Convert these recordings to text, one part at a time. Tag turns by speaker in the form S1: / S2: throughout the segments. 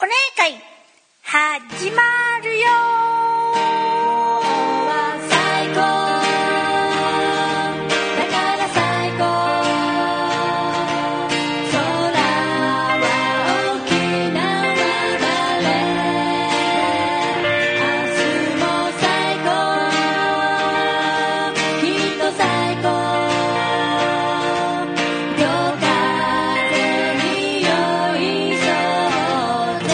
S1: お願い始まるよ
S2: は最高だから最高空は沖縄晴れ明日も最高きっと最高夜風に酔いそうで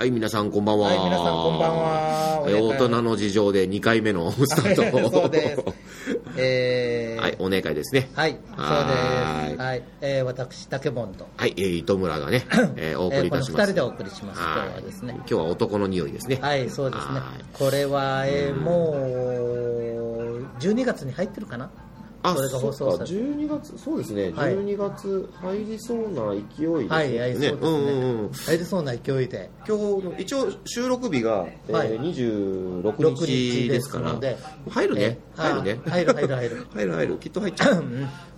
S3: はい、皆さんこんばんは。
S4: はい皆さんこんばんは
S3: えー
S4: お
S3: 大
S4: 願いします
S3: 人の事情で2回目 のスタート。
S4: そうです。えー
S3: はい、お願いですね。
S4: はい、そうです。
S3: はーい
S4: はい、えー、私、竹本と、
S3: はい、えー糸村がね、 えーお送りいたし
S4: えーこ
S3: ま
S4: の二人
S3: す。
S4: でお送りします、今日はですね。
S3: 今日は男の匂いですね。
S4: はい、そうですね
S3: は。
S4: これは、えーもう、12月に入ってるかな
S3: あ、
S4: これが放送
S3: そ
S4: さ
S3: うか
S4: れ
S3: 12月、そうですね、
S4: はい
S3: 12月入りそうな勢いですね。
S4: はい、はい、そうですね。
S3: うんうんうん
S4: 入りそうな勢いで。
S3: 今日の一応収録日が、えー
S4: はい
S3: 26日
S4: 6日
S3: で
S4: ですす
S3: から
S4: ので
S3: 入るね、
S4: えー
S3: 入るね
S4: あー入る入る入る
S3: 入る入るきっと入っちゃう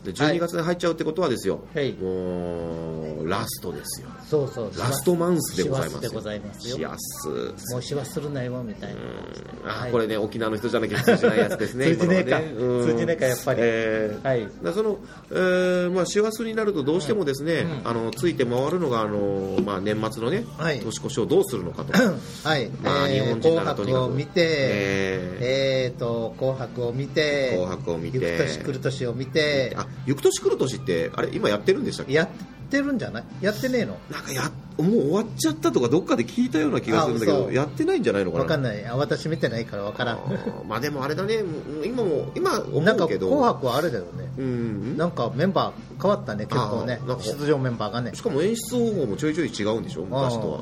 S3: で
S4: は
S3: 12
S4: い
S3: 月に入っちゃうってことはですよ、
S4: はい
S3: もうラストですよ
S4: そうそう。
S3: ラストマンスでございます
S4: 師走でございますよ。
S3: すよ
S4: もう師走するなよ、みたいな。
S3: あ
S4: はい
S3: これね沖縄の人じゃなきゃ通じないやつですね
S4: 通じねえか
S3: 今のはうん
S4: 通じねえかやっぱり
S3: えー
S4: はい
S3: だからその、えーまあ、師走になるとどうしてもですね、あのついて回るのがあの、まあ、年末のね、
S4: はい
S3: 年越しをどうするのかと か
S4: はい、
S3: まあ日
S4: えー
S3: 本人
S4: 紅
S3: ならとに
S4: 白
S3: かく
S4: を見て、
S3: え
S4: えーと紅白を見て、
S3: 紅白を見て
S4: ゆく年来る年を見て、
S3: あ行く年来る年ってあれ今やってるんでしたっけ
S4: やってるんじゃないやってねえの
S3: なんかやもう終わっちゃったとかどっかで聞いたような気がするんだけ
S4: あ
S3: ど
S4: 嘘
S3: やってないんじゃないのかな
S4: わかんない、あ私見てないからわから
S3: あ
S4: ん。
S3: ーまあでもあれだねもう今も今思
S4: なんか
S3: うけど
S4: 紅白はあれだよね、
S3: うん
S4: なんかメンバー変わったね、結構ね
S3: あーなん、か
S4: 出場メンバーがね
S3: し。かも演出方法もちょいちょい違うんでしょ昔とは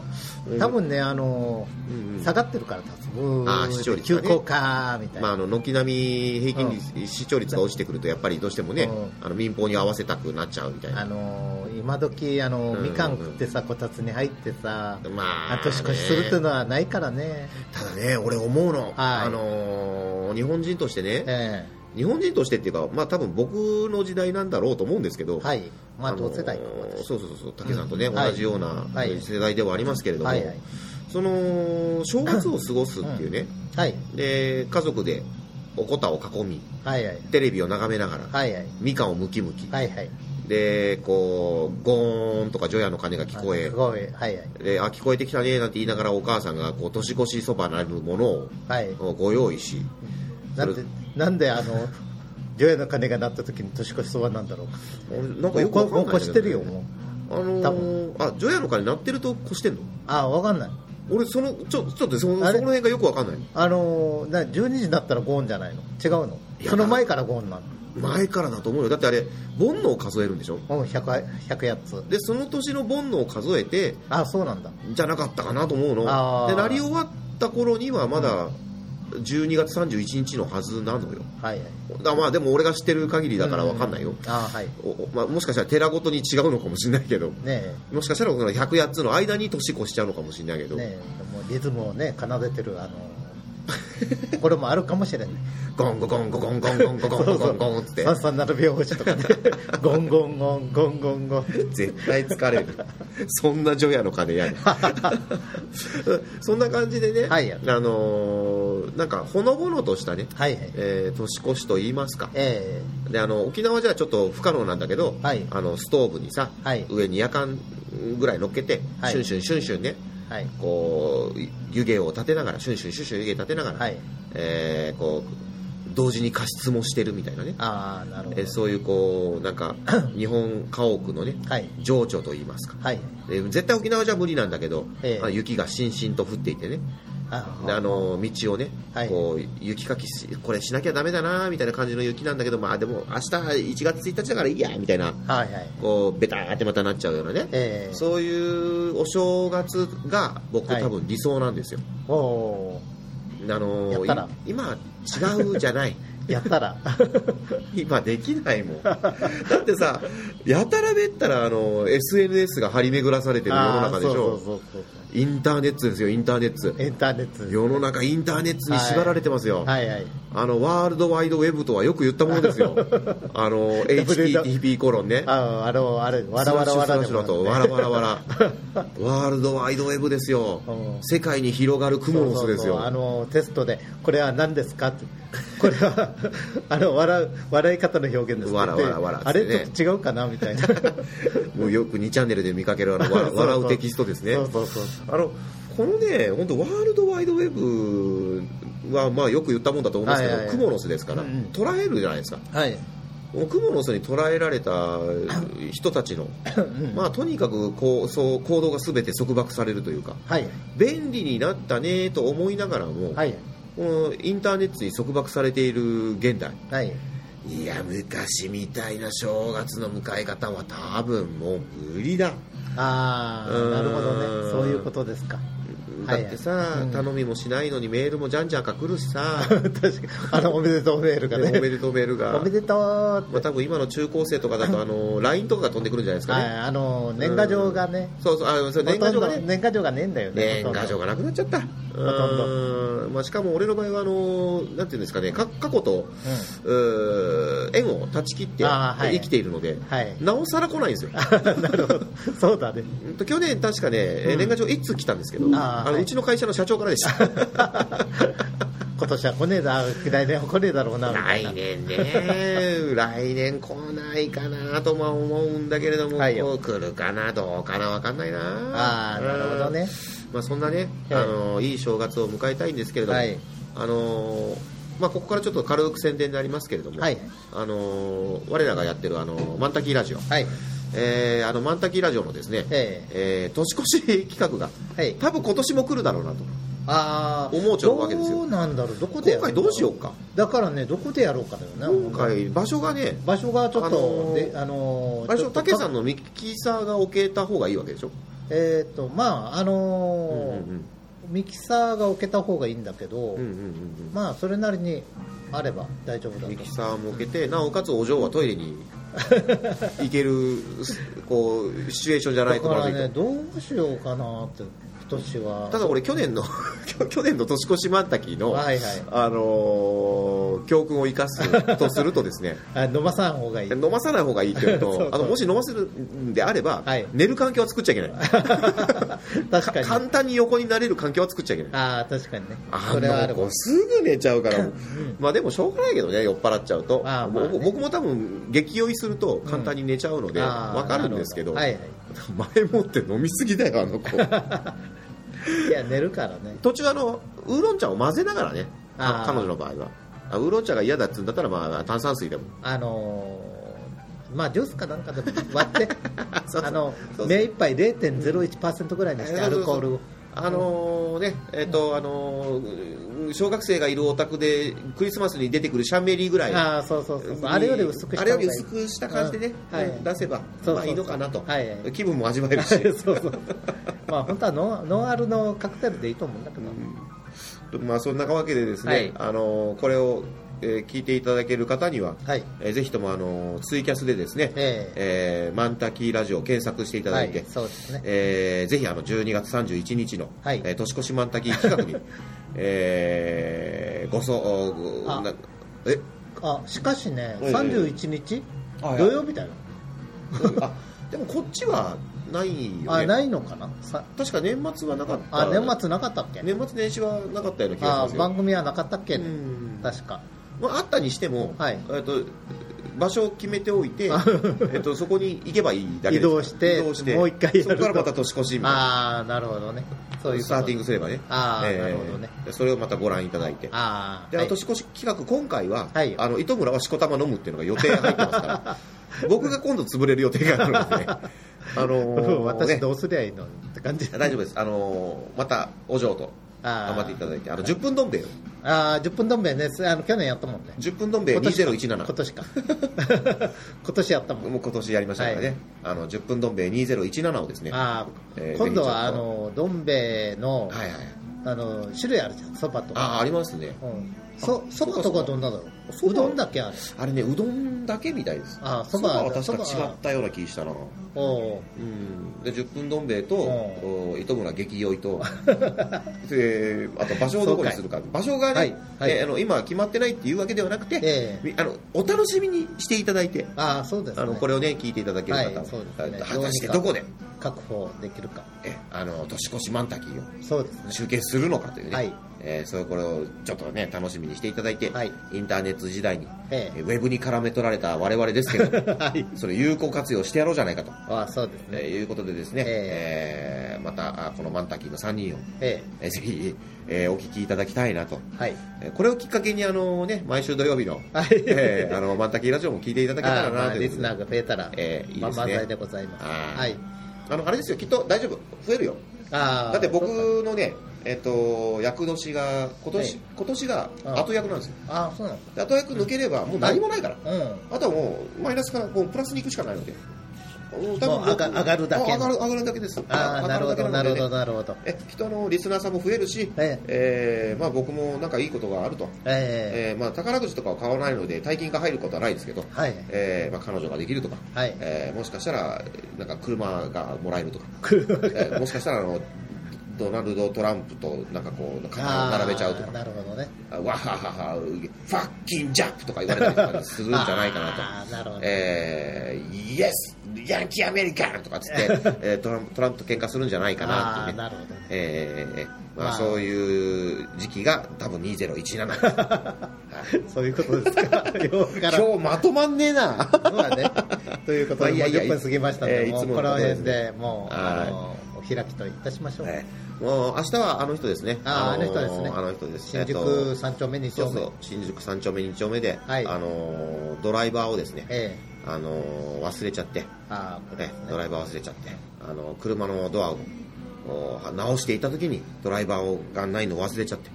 S3: うん
S4: 多分ね、あのー
S3: うんうん
S4: 下がってるから、多分
S3: あー視聴率が
S4: 急
S3: ね
S4: 降下みたい
S3: まあ、
S4: な、
S3: あの軒並み平均率視聴率が落ちてくるとやっぱりどうしてもね、
S4: う
S3: あの民放に合わせたくなっちゃうみたい
S4: あ
S3: な、
S4: のー今時あのー
S3: うん
S4: みかん食ってさ、こたつに入ってさ、
S3: まあね
S4: あ年越しするっていうのはないからね。
S3: ただね俺思うの、あのー日本人としてね、
S4: え
S3: 日本人としてっていうかまあ多分僕の時代なんだろうと思うんですけど
S4: えはい、まあ、
S3: の
S4: 同世代か、私
S3: そうそうそう武さんとね、
S4: うん
S3: 同じような
S4: はいはい
S3: 世代ではありますけれども、
S4: はいはい
S3: その正月を過ごすっていうね、
S4: はい、
S3: で家族でおこたを囲み
S4: はいはい、
S3: テレビを眺めながら、
S4: はいはい、
S3: みかんをムキムキ、
S4: はいはい、
S3: でこうゴーンとか除夜の鐘が聞こえ
S4: す、ごい、はいはい、
S3: であ聞こえてきたねなんて言いながらお母さんがこう年越しそばなるもの
S4: はい、
S3: をご用意し
S4: なんで、なんであの、除夜の鐘が鳴った時に年越しそばなんだろうか。
S3: なんかよくわかんないんだけどね
S4: もう越してるよ、もう。
S3: あの
S4: 多
S3: ー、あ除夜の鐘鳴ってると越してんの
S4: ああ、わかんない。
S3: 俺そのちょちょっとそのそこの
S4: あれ
S3: 辺がよくわかんない
S4: あのー、な12時になったらゴーンじゃないの違うの
S3: いや
S4: その前からゴーンなの。
S3: 前からだと思うよだってあれ煩悩を数えるんでしょ
S4: うん、100、100やつ。
S3: でその年の煩悩を数えて
S4: ああ、そうなんだ。
S3: じゃなかったかなと思うの
S4: あー
S3: でなり終わった頃にはまだ12月31日のはずなのよ
S4: はいはい。
S3: だまあでも俺が知ってる限りだからわかんないよ、
S4: ああ、はい。ね
S3: おおまあ、もしかしたら寺ごとに違うのかもしれないけど
S4: え。
S3: もしかしたらこの108つの間に年越しちゃうのかもしれないけど、
S4: ねえ、もうリズムをね、奏でてる、あ のーこれもあるかもしれない。
S3: ゴンゴゴンゴゴンゴンゴンゴゴンゴンゴンゴンって
S4: 三三七秒越しとか ね。ゴンゴンゴン、ゴンゴンゴン。
S3: 絶対疲 れるそんな除夜の鐘やる そんな感じでね、
S4: はい
S3: あのーなんかほのぼのとしたね、
S4: はいはい。
S3: えー年越しと言いますか
S4: え
S3: であの沖縄じゃちょっと不可能なんだけど、
S4: はい
S3: あのストーブにさ、
S4: はい
S3: 上に夜間ぐらい乗っけて、
S4: はい
S3: シュンシュンシュンシュンね
S4: えはい。
S3: こう湯気を立てながらシュンシュンシュンシュン湯気立てながら、
S4: はい
S3: えーこう同時に加湿もしてるみたいなね
S4: ああ、なるほ
S3: えー
S4: ど。
S3: そういうこうなん か日本家屋のね、
S4: はい
S3: 情緒といいますか、
S4: はい。
S3: えー絶対沖縄じゃ無理なんだけど、
S4: ええ
S3: あ雪がしんしんと降っていてね
S4: あ
S3: であの道をね、
S4: はい
S3: こう雪かきしこれしなきゃダメだなみたいな感じの雪なんだけどまあでも明日1月1日だからいいやみたいな
S4: はいはい。
S3: こうベターってまたなっちゃうようなね、
S4: ええ
S3: そういうお正月が僕、
S4: はい
S3: 多分理想なんですよ
S4: おお
S3: あの
S4: やったら
S3: い今は違うじゃない
S4: ーやったら。
S3: 今できないもんだってさやたらめったらあの SNS が張り巡らされてる世の中でしょ
S4: あーそうそうそうそ
S3: インターネットですよインターネット
S4: う。インターネットです。
S3: 世の中インターネットに縛られてますよ、
S4: はいはい。
S3: ああのワールドワイドウェブとはよく言ったものです よあの HTTP コロンね
S4: ああれをあれわらわらわらで
S3: スラッシュスラッシュだ
S4: も
S3: とわらわらわ らワールドワイドウェブですよ
S4: うん
S3: 世界に広がるクモの巣です
S4: そうそうそう
S3: よ
S4: あのテストでこれは何ですか ってこれは あの笑う笑い方の表現です
S3: わらわらわら
S4: って言ってあれちょっと違うかなみたいな
S3: もうよく2チャンネルで見かけ るあの
S4: そ
S3: わ
S4: うそう
S3: 笑うテキストですね
S4: そうそうそう
S3: あのこのね、本当、ワールドワイドウェブは、まあ、よく言ったもんだと思うんですけど、
S4: はいはいはい
S3: クモの巣ですから、
S4: うんうん
S3: 捉えるじゃないですか、
S4: はい
S3: もうクモの巣に捉えられた人たちの、まあ、とにかくこうそう行動がすべて束縛されるというか、
S4: はい
S3: 便利になったねと思いながらも、
S4: はい
S3: このインターネットに束縛されている現代、
S4: はい
S3: いや、昔みたいな正月の迎え方は、多分もう無理だ。
S4: ああ
S3: うん
S4: なるほどねそういうことですか
S3: だってさ、
S4: はいうん
S3: 頼みもしないのにメールもじゃんじゃんか来るしさ
S4: 確かにあのおめでとうメール
S3: で
S4: が
S3: お
S4: ね
S3: めでとうメールが
S4: おめでとうって
S3: まあ、多分今の中高生とかだとあの LINE とかが飛んでくるんじゃないですか
S4: は
S3: ね、
S4: いあの年賀状がね
S3: そうそうあそう年賀状が
S4: ほとんど
S3: ね
S4: 年賀状がねえんだよね
S3: 年賀状
S4: が
S3: がなくなっちゃったう
S4: ど
S3: ーん、まあ、しかも俺の場合はあのなんていうんですかねか過去と、うー縁を断ち切って
S4: あーはい
S3: 生きているので、
S4: はい
S3: なおさら来ないんですよ
S4: なるほど そうだね
S3: うんと去年確かね、えー年賀状1通来たんですけど、
S4: あ
S3: あ
S4: ー
S3: の
S4: はいう
S3: ちの会社の社長からで した
S4: 今年は来ねえだ来年は来ねえだろうなみたいな
S3: 来年ね来年来ないかなとも思うんだけれども、
S4: はいよ
S3: こう来るかなどうかな分かんないな
S4: ああなるほどね
S3: うんまあ、そんなね、
S4: はい
S3: い、あのいい正月を迎えたいんですけれども、
S4: はい
S3: あのまあ、ここからちょっと軽く宣伝になりますけれども、
S4: はい
S3: あの我らがやってるあのマンタキーラジオ、
S4: はい
S3: えーあのマンタキーラジオのですね、
S4: え
S3: えー年越し企画が
S4: はい
S3: 多分今年も来るだろうなと
S4: ああ
S3: 思うちょるわけですよ
S4: どうなんだろうどこでや
S3: 今
S4: る
S3: 回どうしようか
S4: だからねどこでやろうかだよな
S3: 今回場所がね
S4: 場所がちょっと、
S3: あのー
S4: であのー
S3: 最
S4: ちょ
S3: 初
S4: っと
S3: たけさんのミキサーが置けた方がいいわけでしょ、
S4: えっ、とまああの
S3: うんうん
S4: ーミキサーが置けた方がいいんだけど、
S3: うんうんうん
S4: まあそれなりにあれば大丈夫だ
S3: うん
S4: と
S3: ミキサーも置けてなおかつお嬢はトイレに行けるこうシチュエーションじゃない
S4: だ
S3: と
S4: か
S3: まず
S4: ら
S3: いと
S4: ねどうしようかなって今年は
S3: ただ俺去年の 去去年の年越しマンタキーの、
S4: はいはい
S3: あのー教訓を生かすとするとですね
S4: あ飲まさん方がいい
S3: 飲まさない方がいいっていうのと
S4: そうそう
S3: あのもし飲ませるんであれば、
S4: はい
S3: 寝る環境は作っちゃい けない
S4: 確かに
S3: 簡単に横になれる環境は作っちゃいけない
S4: ああ確かにね
S3: あ
S4: それはあ
S3: の
S4: るわ
S3: 子すぐ寝ちゃうから、まあでもしょうがないけどね酔っ払っちゃうと、
S4: あーまあね
S3: 僕僕も多分激酔いすると簡単に寝ちゃうので
S4: あー
S3: わかるんですけど
S4: なるほ
S3: 前もって飲みすぎだよあの子
S4: どはいはいいや寝るからね
S3: 途中あのウーロン茶を混ぜながらね
S4: あー
S3: か彼女の場合はあウーロン茶が嫌だっつうんだったら、まあ、炭酸水でも
S4: あのーまあジュースかなんかでも割って
S3: そうそう
S4: あの
S3: そうそう
S4: 目いっぱい0.01%ぐらいにしてアルコールを
S3: あのーねえっ、とあのー小学生がいるお宅でクリスマスに出てくるシャンメリーぐらい
S4: ああそうそうそうそうあれより薄くした
S3: あ
S4: 方
S3: れよ
S4: がいい
S3: り薄くした感じでね、
S4: うんはい
S3: うん出せば
S4: そうそうそう
S3: まあいいのかなと、
S4: はいはい
S3: 気分も味わえるし
S4: はい そうそうまあ本当はノンノンアルのカクテルでいいと思うんだけど、
S3: まあそんなわけでですね、
S4: はい
S3: あのこれを、えー聞いていただける方には、
S4: はい
S3: えーぜひともあのツイキャスでですね、
S4: え
S3: えーマンタキーラジオ検索していただいて、
S4: はいそうですね
S3: えーぜひあの12月31日の、
S4: はい
S3: えー年越しマンタキー企 画に、えーごそお
S4: あ
S3: なえ
S4: あしかしね
S3: ええ
S4: 31日、
S3: はい
S4: 土曜日だよ、
S3: あでもこっちはないよね
S4: あないのかなさ
S3: 確か年末はなかった
S4: あ年末なかったっけ、
S3: 年末年始はなかったような気がし
S4: あ
S3: ますよ
S4: 番組はなかったっけ、ね
S3: うん
S4: 確か
S3: まあ、あったにしても、
S4: はい
S3: えっと場所を決めておいて、えっとそこに行けばいいだけ
S4: 移
S3: です
S4: 動して
S3: 移動して
S4: もう一回やると
S3: そこからまた年越しみたいな
S4: ああなるほどねそういう
S3: ス
S4: こと
S3: ターティングすればね
S4: あーなるほどね
S3: それをまたご覧いただいて
S4: ああ
S3: で、あの年越し企画今回は、
S4: はい
S3: あの糸村はしこたま飲むっていうのが予定が入ってますから 僕が今度潰れる予定があるので、ね、あのー
S4: 私
S3: ね
S4: どうすりゃいいのって感じ
S3: 大丈夫ですあのーまたお嬢と
S4: あ
S3: 頑
S4: ー
S3: 張っていただいてあの10分どん兵衛を
S4: ああ10分どん兵衛ねすあの去年やったもんね
S3: 10分どん兵衛
S4: 今
S3: 2017
S4: 年か 今年やったもん、
S3: もう今年やりましたからね、
S4: はい
S3: あの10分どん兵衛2017をですね
S4: ああ
S3: えー
S4: 今度は
S3: ぜ
S4: あ
S3: ひちょっと
S4: のどん兵衛
S3: は
S4: の、
S3: いはい
S4: あの種類あるじゃんそばとか、
S3: ああありますね
S4: うん、そ
S3: あ
S4: そばとかどんなだろ
S3: そうば
S4: うどんだけある
S3: あれねうどんだけみたいです
S4: あ
S3: そ
S4: そば
S3: ばは確か
S4: そば
S3: 違ったような気したな
S4: おう
S3: うんで10分どん兵衛と
S4: ん
S3: お糸村激酔い とであと場所をどこにするか場所がね、
S4: はいはい
S3: えあの今は決まってないっていうわけではなくて、
S4: ええ
S3: みあのお楽しみにしていただいて
S4: ああそうですね
S3: あのこれをね聞いていただける方は、
S4: はいそうですね
S3: 果たしてどこで
S4: 確保できるか
S3: えあの年越しマンタキーを
S4: そう ですね
S3: 集計するのかというね、
S4: はい
S3: えーそういうこれをちょっとね楽しみにしていただいて、
S4: はい
S3: インターネット時代に、
S4: え
S3: えーウェブに絡め取られた我々ですけ ど
S4: はい
S3: それ有効活用してやろうじゃないかと、
S4: ああそうです
S3: えー
S4: ね
S3: いうことでですね、えーまたあこのマンタキーの3人を、
S4: え
S3: えーぜひ、えーお聞きいただきたいなと、
S4: えはい
S3: えーこれをきっかけにあの、ね、毎週土曜日の,、
S4: はい
S3: えーあのマンタキーラジオも聞いていただけた
S4: あ
S3: ら
S4: あま
S3: な
S4: あ
S3: とい
S4: リ
S3: うこ
S4: ス
S3: とで
S4: ナーが増えたら、
S3: ええいいですね
S4: まあ、漫才でございます
S3: ああ
S4: はい
S3: あのあれですよきっと大丈夫増えるよ
S4: ああ
S3: だって僕
S4: そうか
S3: のね、えっと役年が今年、
S4: はい
S3: 今年が
S4: あ
S3: 後役なんですよ
S4: ああそうなん
S3: で後役抜ければもう何もないから、
S4: だうん
S3: あとはもうマイナスからもうプラスに行くしかないのでもう多
S4: もう上が上がるだけ
S3: あ上がる上がるだけです
S4: ああなるほど
S3: 上が
S4: な
S3: だ
S4: る
S3: け
S4: ほ
S3: ので
S4: ど
S3: ね
S4: なるほど
S3: え人のリスナーさんも増えるし、
S4: え
S3: えーまあ、僕もなんかいいことがあると、
S4: え
S3: えーまあ、宝くじとかは買わないので大金が入ることはないですけど、
S4: えはい
S3: えーまあ、彼女ができるとか、
S4: はい
S3: えーもしかしたらなんか車がもらえるとか、
S4: 車
S3: えーもしかしたらあのドナルド・トランプとなんかこう肩を並べちゃうと
S4: ああ
S3: か
S4: なるほどね
S3: あわはははファッキンジャップとか言われたりとかするんじゃないかなと。
S4: ああなるほど、
S3: えー、イエスヤンキーアメリカンとかっつって、 えートランプトランプと喧嘩するんじゃないかなってい
S4: ああ
S3: うね
S4: なるほど
S3: えーまあ
S4: まあ
S3: そういう時期が多分2017、はい
S4: そういうことですか。 ようから。
S3: 今日まとまんねえな
S4: そうだ ね。ということ
S3: まあ
S4: で、
S3: い
S4: い
S3: や
S4: や
S3: いや
S4: 10分過ぎましたので、
S3: えー
S4: も
S3: いうつもの
S4: この辺
S3: ことで
S4: で、もう、
S3: はい
S4: あの、お開きといたしましょう。
S3: えーもう明日はあの人ですね
S4: あ
S3: ー
S4: ーあの人ですね
S3: あの人です
S4: 新
S3: えー
S4: 宿
S3: と
S4: 三丁目、二
S3: そ
S4: 丁
S3: う
S4: 目。
S3: そう新宿3丁目2丁目で、
S4: はい
S3: あのードライバーをですね、
S4: ええ
S3: あのー忘れちゃって、
S4: ああ、これ
S3: ね
S4: ですね。
S3: ドライバー忘れちゃってあの車のドアをこう直していた時にドライバーがないのを忘れちゃって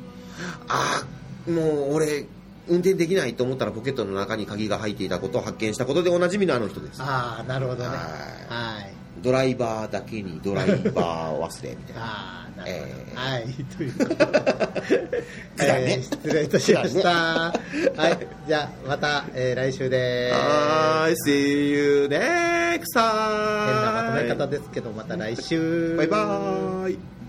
S3: ああもう俺運転できないと思ったらポケットの中に鍵が入っていたことを発見したことでおなじみのあの人です
S4: ああ、なるほどね。
S3: は
S4: はいい。
S3: ドライバーだけにドライバーを忘れみた いな
S4: ああ、なるほど。
S3: ええ
S4: はい。ということで。
S3: くだらね
S4: えー 失礼いたしました。はい。じゃあ、また、えー来週です。
S3: はーい See you next
S4: 変なまとめ
S3: time!
S4: 方ですけど、また来週。
S3: バイバーイ